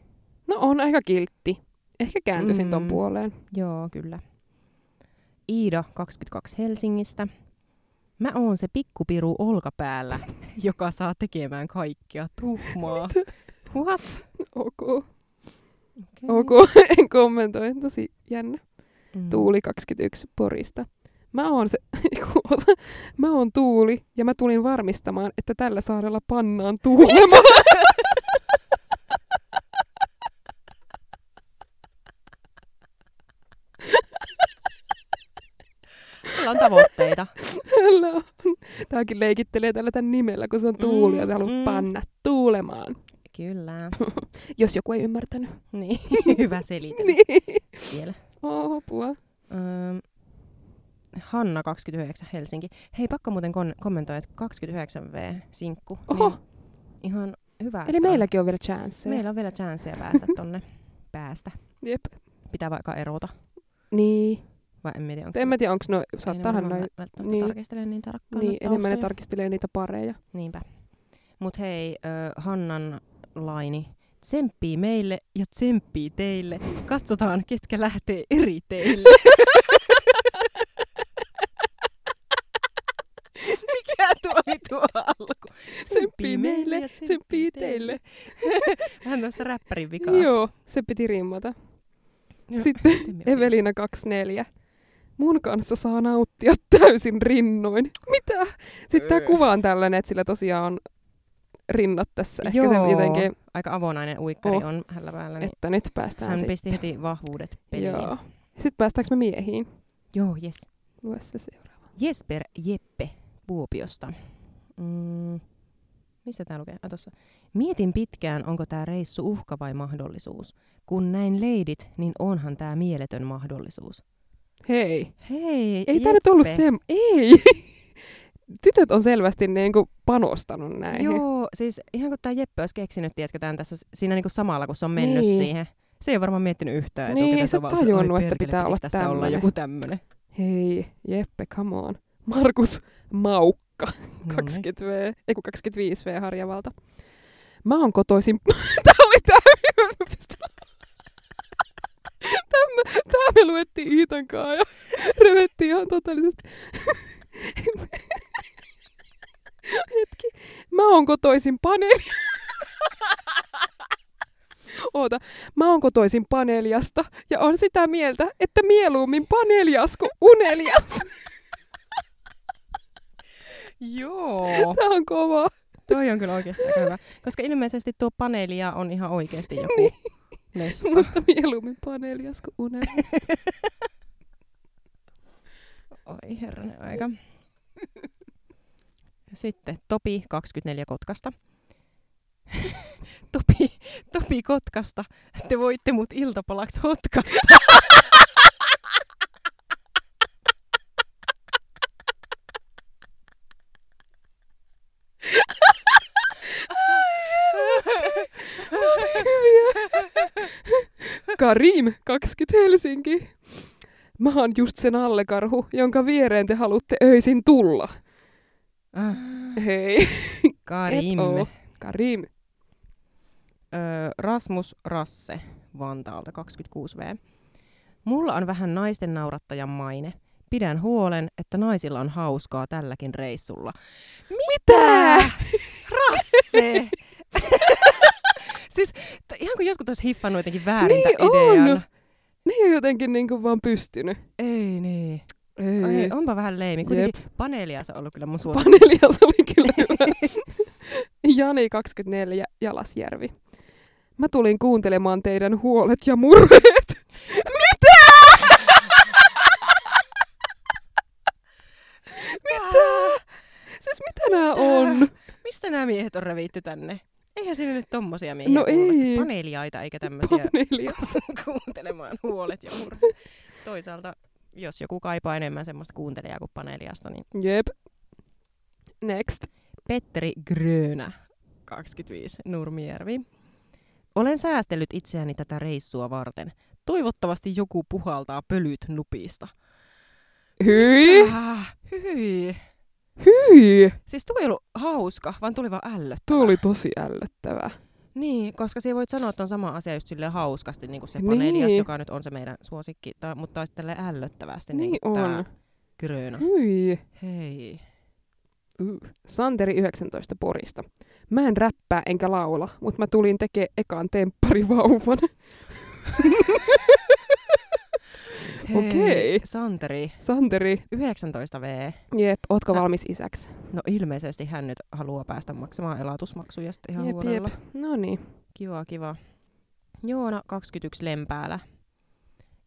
B: No on aika kiltti. Ehkä kääntyisin ton
A: Mm.
B: puoleen.
A: Joo, kyllä. Iida, 22 Helsingistä. Mä oon se pikkupiru olkapäällä, joka saa tekemään kaikkea tuhmaa. What?
B: Ok.
A: Okay.
B: Ok, en kommentoi. Tosi jännä.
A: Mm.
B: Tuuli 21 Porista. Mä oon se, eiku, osa- mä oon Tuuli ja mä tulin varmistamaan, että tällä saarella pannaan tuulemaan.
A: Meillä on tavoitteita.
B: Tällä on. Tääkin leikittelee tällä tämän nimellä, kun se on Tuuli ja se
A: Mm,
B: haluaa
A: mm.
B: panna tuulemaan.
A: kyllä.
B: Jos joku ei ymmärtänyt.
A: Niin. Hyvä selitys
B: Niin.
A: vielä.
B: Oh, apua.
A: Öm, Hanna 29 Helsinki. Hei, pakko muuten kon- kommentoida, että 29V sinkku.
B: Oho.
A: Niin ihan hyvä.
B: Eli
A: että on-
B: meilläkin on vielä chanceja.
A: Meillä on vielä chanceja päästä tonne päästä.
B: Jep.
A: Pitää vaikka erota.
B: Niin.
A: Vai en tiedä, onko
B: En mä tiedä, onko no,
A: ei ne
B: saattaahan
A: varmaan
B: noin.
A: vä- välttämättä
B: niin.
A: niin. tarkistele niin tarkkaan
B: Niin,
A: noita
B: enemmän ne
A: taustoja.
B: tarkistelee niitä pareja.
A: Niinpä. Mut hei, ö, Hannan laini. Tsemppii meille ja tsemppii teille. Katsotaan, ketkä lähtee eri teille. Mikä tuo oli tuo alku?
B: Tsemppii meille, tsemppii teille.
A: Vähän tästä räppärin vikaa.
B: Joo, se piti rimmata.
A: Joo.
B: Sitten
A: Teemme oikein.
B: Evelina 24. Mun kanssa saa nauttia täysin rinnoin. Mitä? Sitten tämä
A: Öö.
B: kuva on tällainen, että sillä tosiaan on rinnat tässä. Ehkä
A: Joo.
B: se jotenkin,
A: Aika avonainen uikkari
B: Oh.
A: on hänellä päällä. Niin
B: että nyt päästään
A: hän
B: sitten.
A: pisti heti vahvuudet peliin.
B: Joo. Sitten päästäänkö me miehiin?
A: Joo, yes.
B: Lue se seuraava.
A: Jesper Jeppe Kuopiosta. Mm, missä tämä lukee? Ah, tossa. Mietin pitkään, onko tämä reissu uhka vai mahdollisuus. Kun näin leidit, niin onhan tämä mieletön mahdollisuus.
B: Hei.
A: Hei,
B: Ei tämä nyt ollut
A: Jeppe.
B: se... Ei! Tytöt on selvästi niinku panostanut näihin.
A: Joo, siis ihan kun tämä Jeppe olisi keksinyt, tiedätkö, tämän tässä s- siinä niinku samalla, kun se on mennyt
B: Niin.
A: siihen. Se ei ole varmaan miettinyt yhtään, että
B: Niin,
A: onko
B: ei
A: tässä
B: se
A: vaan se,
B: tajunnut,
A: "Ai
B: että
A: perkele,
B: pitää
A: pitikö
B: olla
A: tässä olla
B: tämmönen."
A: joku tämmöinen.
B: Hei, Jeppe, come on. Markus Maukka,
A: No niin.
B: 20 V, ei kun 25 V Harjavalta. Mä oon kotoisin... Tää oli tää hyvä. Tämä, tämä me luettiin Iitan kanssa ja revettiin ihan totaalisesti. Hetki. Mä oon kotoisin paneeli... Oota. Mä oon kotoisin paneeliasta ja on sitä mieltä, että mieluummin paneelias kuin unelias.
A: Joo,
B: Tää on kova.
A: toi on kyllä oikeasti aika hyvä. Koska ilmeisesti tuo paneelia on ihan oikeasti joku lesta.
B: Mutta mieluummin paneelias kuin unelias.
A: Oi herranen aika. Sitten Topi 24 Kotkasta. Topi, Topi Kotkasta. Te voitte mut iltapalaksi hotkasta.
B: No niin, Karim, 20 Helsinki. Mä oon just sen allekarhu, jonka viereen te halutte öisin tulla.
A: Ah,
B: Hei.
A: Karim.
B: Mm. oo. Karim.
A: Öö, Rasmus Rasse Vantaalta, 26V. Mulla on vähän naisten naurattajan maine. Pidän huolen, että naisilla on hauskaa tälläkin reissulla.
B: Tää!
A: Rasse! siis t- ihan kuin jotkut olisi hiffannut jotenkin väärin
B: Niin
A: tän idean.
B: on. Ne ei ole jotenkin niin kuin vaan pystynyt.
A: Ei niin.
B: Ei.
A: Ai, onpa vähän leimi. Kuitenkin paneelia se on ollut kyllä mun suosikki.
B: Panelia se oli kyllä hyvä. Jani 24 Jalasjärvi. Mä tulin kuuntelemaan teidän huolet ja murheet. Mitä? mitä? Siis mitä nämä on?
A: Mistä nämä miehet on revitty tänne? Eihän siinä nyt tommosia miehiä
B: No
A: kuule,
B: ei.
A: Paneeliaita eikä tämmöisiä
B: Paneelias.
A: kuuntelemaan huolet ja murheet. Toisaalta, jos joku kaipaa enemmän semmoista kuuntelijaa kuin paneeliasta, niin
B: Jep. Next.
A: Petteri Grönä, 25, Nurmijärvi. Olen säästellyt itseäni tätä reissua varten. Toivottavasti joku puhaltaa pölyt nupista.
B: Hyi.
A: Ah, hyi.
B: Hyi.
A: Siis tuo ei ollut hauska, vaan tuli vaan ällöt.
B: Tuo oli tosi ällöttävää.
A: Niin, koska siinä voit sanoa, että on sama asia just silleen hauskasti, niin kuin se
B: Niin.
A: paneelias, joka nyt on se meidän suosikki, tai, mutta taas tälleen ällöttävästi. Niin,
B: Niin
A: kuin tää
B: on.
A: Gröna.
B: Hyi.
A: Hei.
B: Santeri 19 Porista. Mä en räppää enkä laula, mutta mä tulin tekee ekaan temppari-vauvan.
A: Hei,
B: Okei.
A: Santeri,
B: Santeri,
A: 19 V.
B: jep, ootko
A: Ä-
B: valmis isäksi?
A: No ilmeisesti hän nyt haluaa päästä maksamaan elatusmaksuja sitten ihan
B: Jep,
A: huolella.
B: No niin.
A: Kiva, kiva. Joona 21 Lempäälä.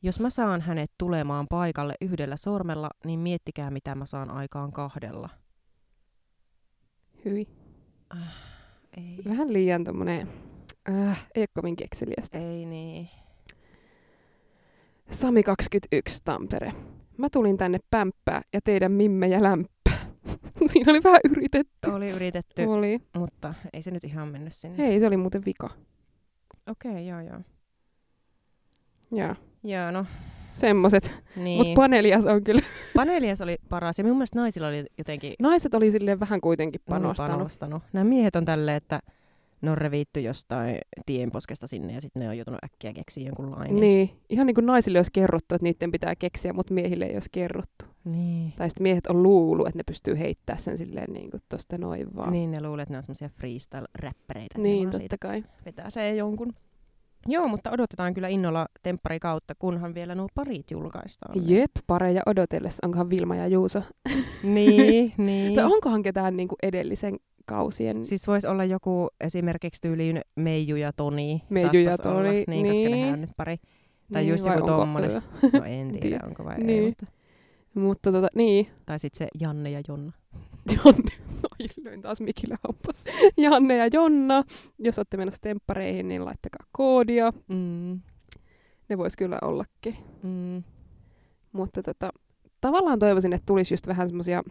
A: Jos mä saan hänet tulemaan paikalle yhdellä sormella, niin miettikää mitä mä saan aikaan kahdella.
B: Hyi.
A: Ei,
B: Vähän liian tommonen, äh, ei oo kovin kekseliästä.
A: ei niin.
B: Sami 21 Tampere. Mä tulin tänne pämppää ja teidän mimmejä lämppää. Siinä oli vähän yritetty.
A: Oli yritetty,
B: Oli.
A: mutta ei se nyt ihan mennyt sinne.
B: Hei, se oli muuten vika.
A: Okei, okay, joo joo.
B: Jaa,
A: Joo, no
B: semmoset.
A: niin.
B: Mut panelias on kyllä.
A: Paneelias oli paras ja mun mielestä naisilla oli jotenkin
B: Naiset oli silleen vähän kuitenkin
A: panostanut.
B: panostanut.
A: panostanut. Nämä miehet on tälleen, että ne on revitty jostain tienposkesta sinne ja sitten ne on joutunut äkkiä keksiä jonkun lainin.
B: Niin, ihan niin kuin naisille olisi kerrottu, että niiden pitää keksiä, mutta miehille ei olisi kerrottu.
A: Niin.
B: Tai sitten miehet on luullut, että ne pystyy heittämään sen silleen niin kuin tosta noin vaan.
A: niin, ne luulee, että ne on semmoisia freestyle-räppäreitä. että ne
B: niin
A: vaan
B: totta
A: siitä
B: kai.
A: vetää se jonkun. Joo, mutta odotetaan kyllä innolla temppari kautta, kunhan vielä nuo parit julkaistaan.
B: Jep, pareja odotellessa. Onkohan Vilma ja Juuso?
A: Niin, niin.
B: Tai onkohan ketään niin kuin edellisen kausien?
A: Siis voisi olla joku esimerkiksi tyyliin Meiju ja Toni.
B: Meiju ja
A: saattaisi olla,
B: Toni,
A: Niin, koska nehän
B: niin.
A: on nyt pari. tai just joku
B: vai onko-
A: tommonen.
B: Öö.
A: No en tiedä, onko vai ei.
B: Niin.
A: Mutta.
B: Mutta tota, niin.
A: Tai sitten se Janne ja Jonna.
B: Janne. Ai, löin taas mikillä hampas. Janne ja Jonna. Jos olette menossa temppareihin, niin laittakaa koodia.
A: Mm.
B: Ne vois kyllä ollakin.
A: Mm.
B: Mutta tota, tavallaan toivoisin, että tulisi just vähän semmosia,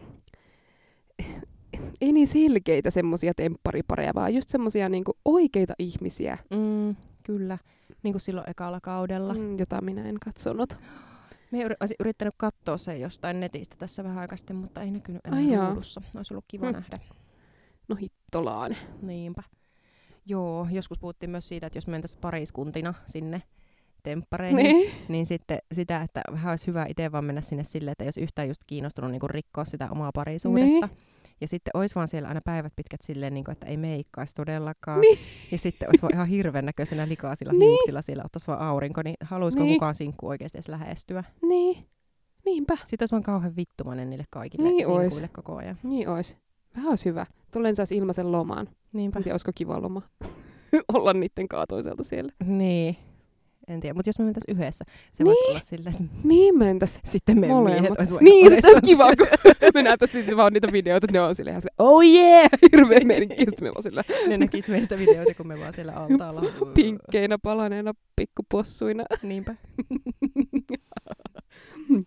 B: ei niin selkeitä semmosia tempparipareja, vaan just semmosia niinku oikeita ihmisiä,
A: Mm. Kyllä, niin kuin silloin ekalla kaudella. Mm.
B: mm, jota minä en katsonut.
A: Me olisin yrittänyt katsoa sen jostain netistä tässä vähän aikaa sitten, mutta ei näkynyt
B: Ai jaa.
A: enää ruudussa. Olisi ollut kiva
B: Hm.
A: mm. nähdä.
B: No hittolaan.
A: Niinpä. Joo, joskus puhuttiin myös siitä, että jos mentäisiin pariskuntina sinne temppareihin, niin.
B: Niin.
A: niin sitten sitä, että vähän olisi hyvä itse vaan mennä sinne silleen, että jos yhtään just kiinnostunut niin rikkoa sitä omaa parisuhdetta. Niin. Ja sitten olisi vaan siellä aina päivät pitkät silleen, niin kuin, että ei meikkaisi todellakaan.
B: Niin.
A: Ja sitten olisi vaan ihan hirveän näköisenä likaisilla
B: Niin.
A: niin. hiuksilla siellä, ottaisi vaan aurinko, niin haluaisiko
B: Niin.
A: niin. kukaan sinkku oikeasti edes lähestyä?
B: Niin. Niinpä.
A: Sitten olisi vaan kauhean vittumainen niille kaikille
B: Niin
A: niin sinkuille
B: ois.
A: koko ajan.
B: Niin ois. Vähän ois hyvä. Tulleen saisi ilmaisen lomaan.
A: Niinpä.
B: En tiedä, olisiko kiva loma olla niiden kaatoiselta siellä.
A: Niin. En tiedä, mutta jos me mentäisiin yhdessä, se niin. voisi olla silleen, että
B: Niin mentäs.
A: Sitten meidän
B: Molemmat.
A: Molemmat. miehet olisi
B: Niin, sit olisi kiva, kun me näyttäisiin sitten vaan niitä videoita, että ne on silleen ihan silleen, oh yeah, hirveä meininki. Sitten meillä on silleen
A: Ne näkis meistä videoita, kun me vaan siellä altaalla.
B: pinkkeinä, palaneena, pikkupossuina.
A: Niinpä.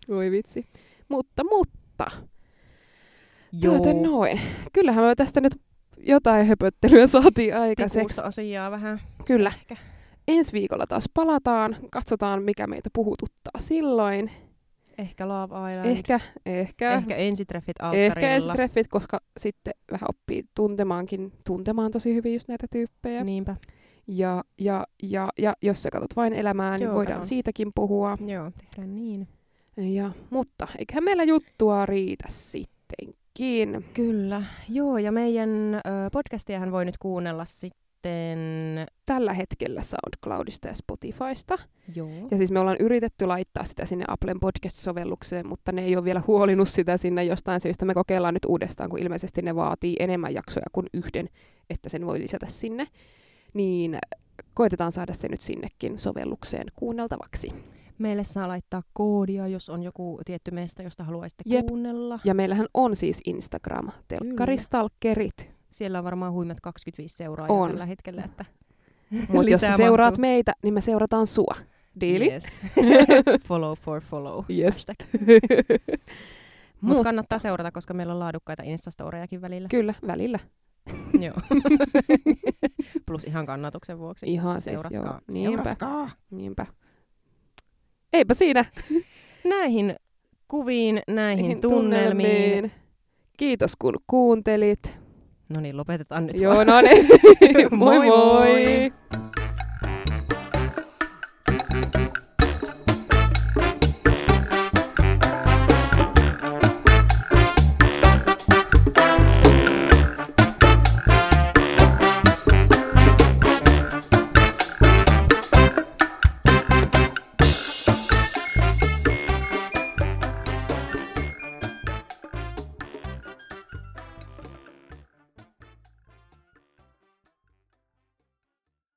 B: Voi vitsi. Mutta, mutta, tuota noin. Kyllähän me tästä nyt jotain höpöttelyä saatiin aikaiseksi.
A: Tikuusta asiaa vähän.
B: Kyllä.
A: Ehkä.
B: Ensi viikolla taas palataan, katsotaan mikä meitä puhututtaa silloin.
A: Ehkä Love Island.
B: Ehkä, ehkä.
A: Ehkä ensitreffit alttarilla.
B: Ehkä ensitreffit, koska sitten vähän oppii tuntemaankin, tuntemaan tosi hyvin just näitä tyyppejä.
A: Niinpä.
B: Ja, ja, ja, ja jos sä katsot vain elämää, niin
A: Joo,
B: voidaan
A: katon.
B: siitäkin puhua.
A: Joo, tehdään niin.
B: Ja, mutta eiköhän meillä juttua riitä sittenkin.
A: Kyllä. Joo, ja meidän ö, podcastiahan voi nyt kuunnella sitten...
B: Tällä hetkellä SoundCloudista ja Spotifysta.
A: Joo.
B: Ja siis me ollaan yritetty laittaa sitä sinne Applen podcast-sovellukseen, mutta ne ei ole vielä huolinut sitä sinne jostain syystä. Me kokeillaan nyt uudestaan, kun ilmeisesti ne vaatii enemmän jaksoja kuin yhden, että sen voi lisätä sinne. Niin koitetaan saada se nyt sinnekin sovellukseen kuunneltavaksi.
A: Meille saa laittaa koodia, jos on joku tietty mesta, josta haluaisitte
B: Jep.
A: kuunnella.
B: Ja meillähän on siis Instagram, telkkaristalkkerit.
A: Siellä on varmaan huimat 25 seuraajaa
B: On.
A: tällä hetkellä, että
B: Mutta jos sä
A: lisää
B: seuraat
A: mahtuu.
B: meitä, niin me seurataan sua. Diili?
A: Yes. follow for follow.
B: Yes.
A: Mutta
B: Mut-
A: kannattaa seurata, koska meillä on laadukkaita instastorejakin välillä.
B: Kyllä, välillä.
A: Joo. Plus ihan kannatuksen vuoksi.
B: Ihan siis, joo.
A: Seuratkaa.
B: Niinpä,
A: Seuratkaa.
B: niinpä. Eipä siinä.
A: Näihin kuviin, näihin tunnelmiin.
B: tunnelmiin. Kiitos kun kuuntelit.
A: No niin, lopetetaan nyt.
B: Joo, no niin. moi moi!
A: Moi
B: moi.
A: moi.
B: moi.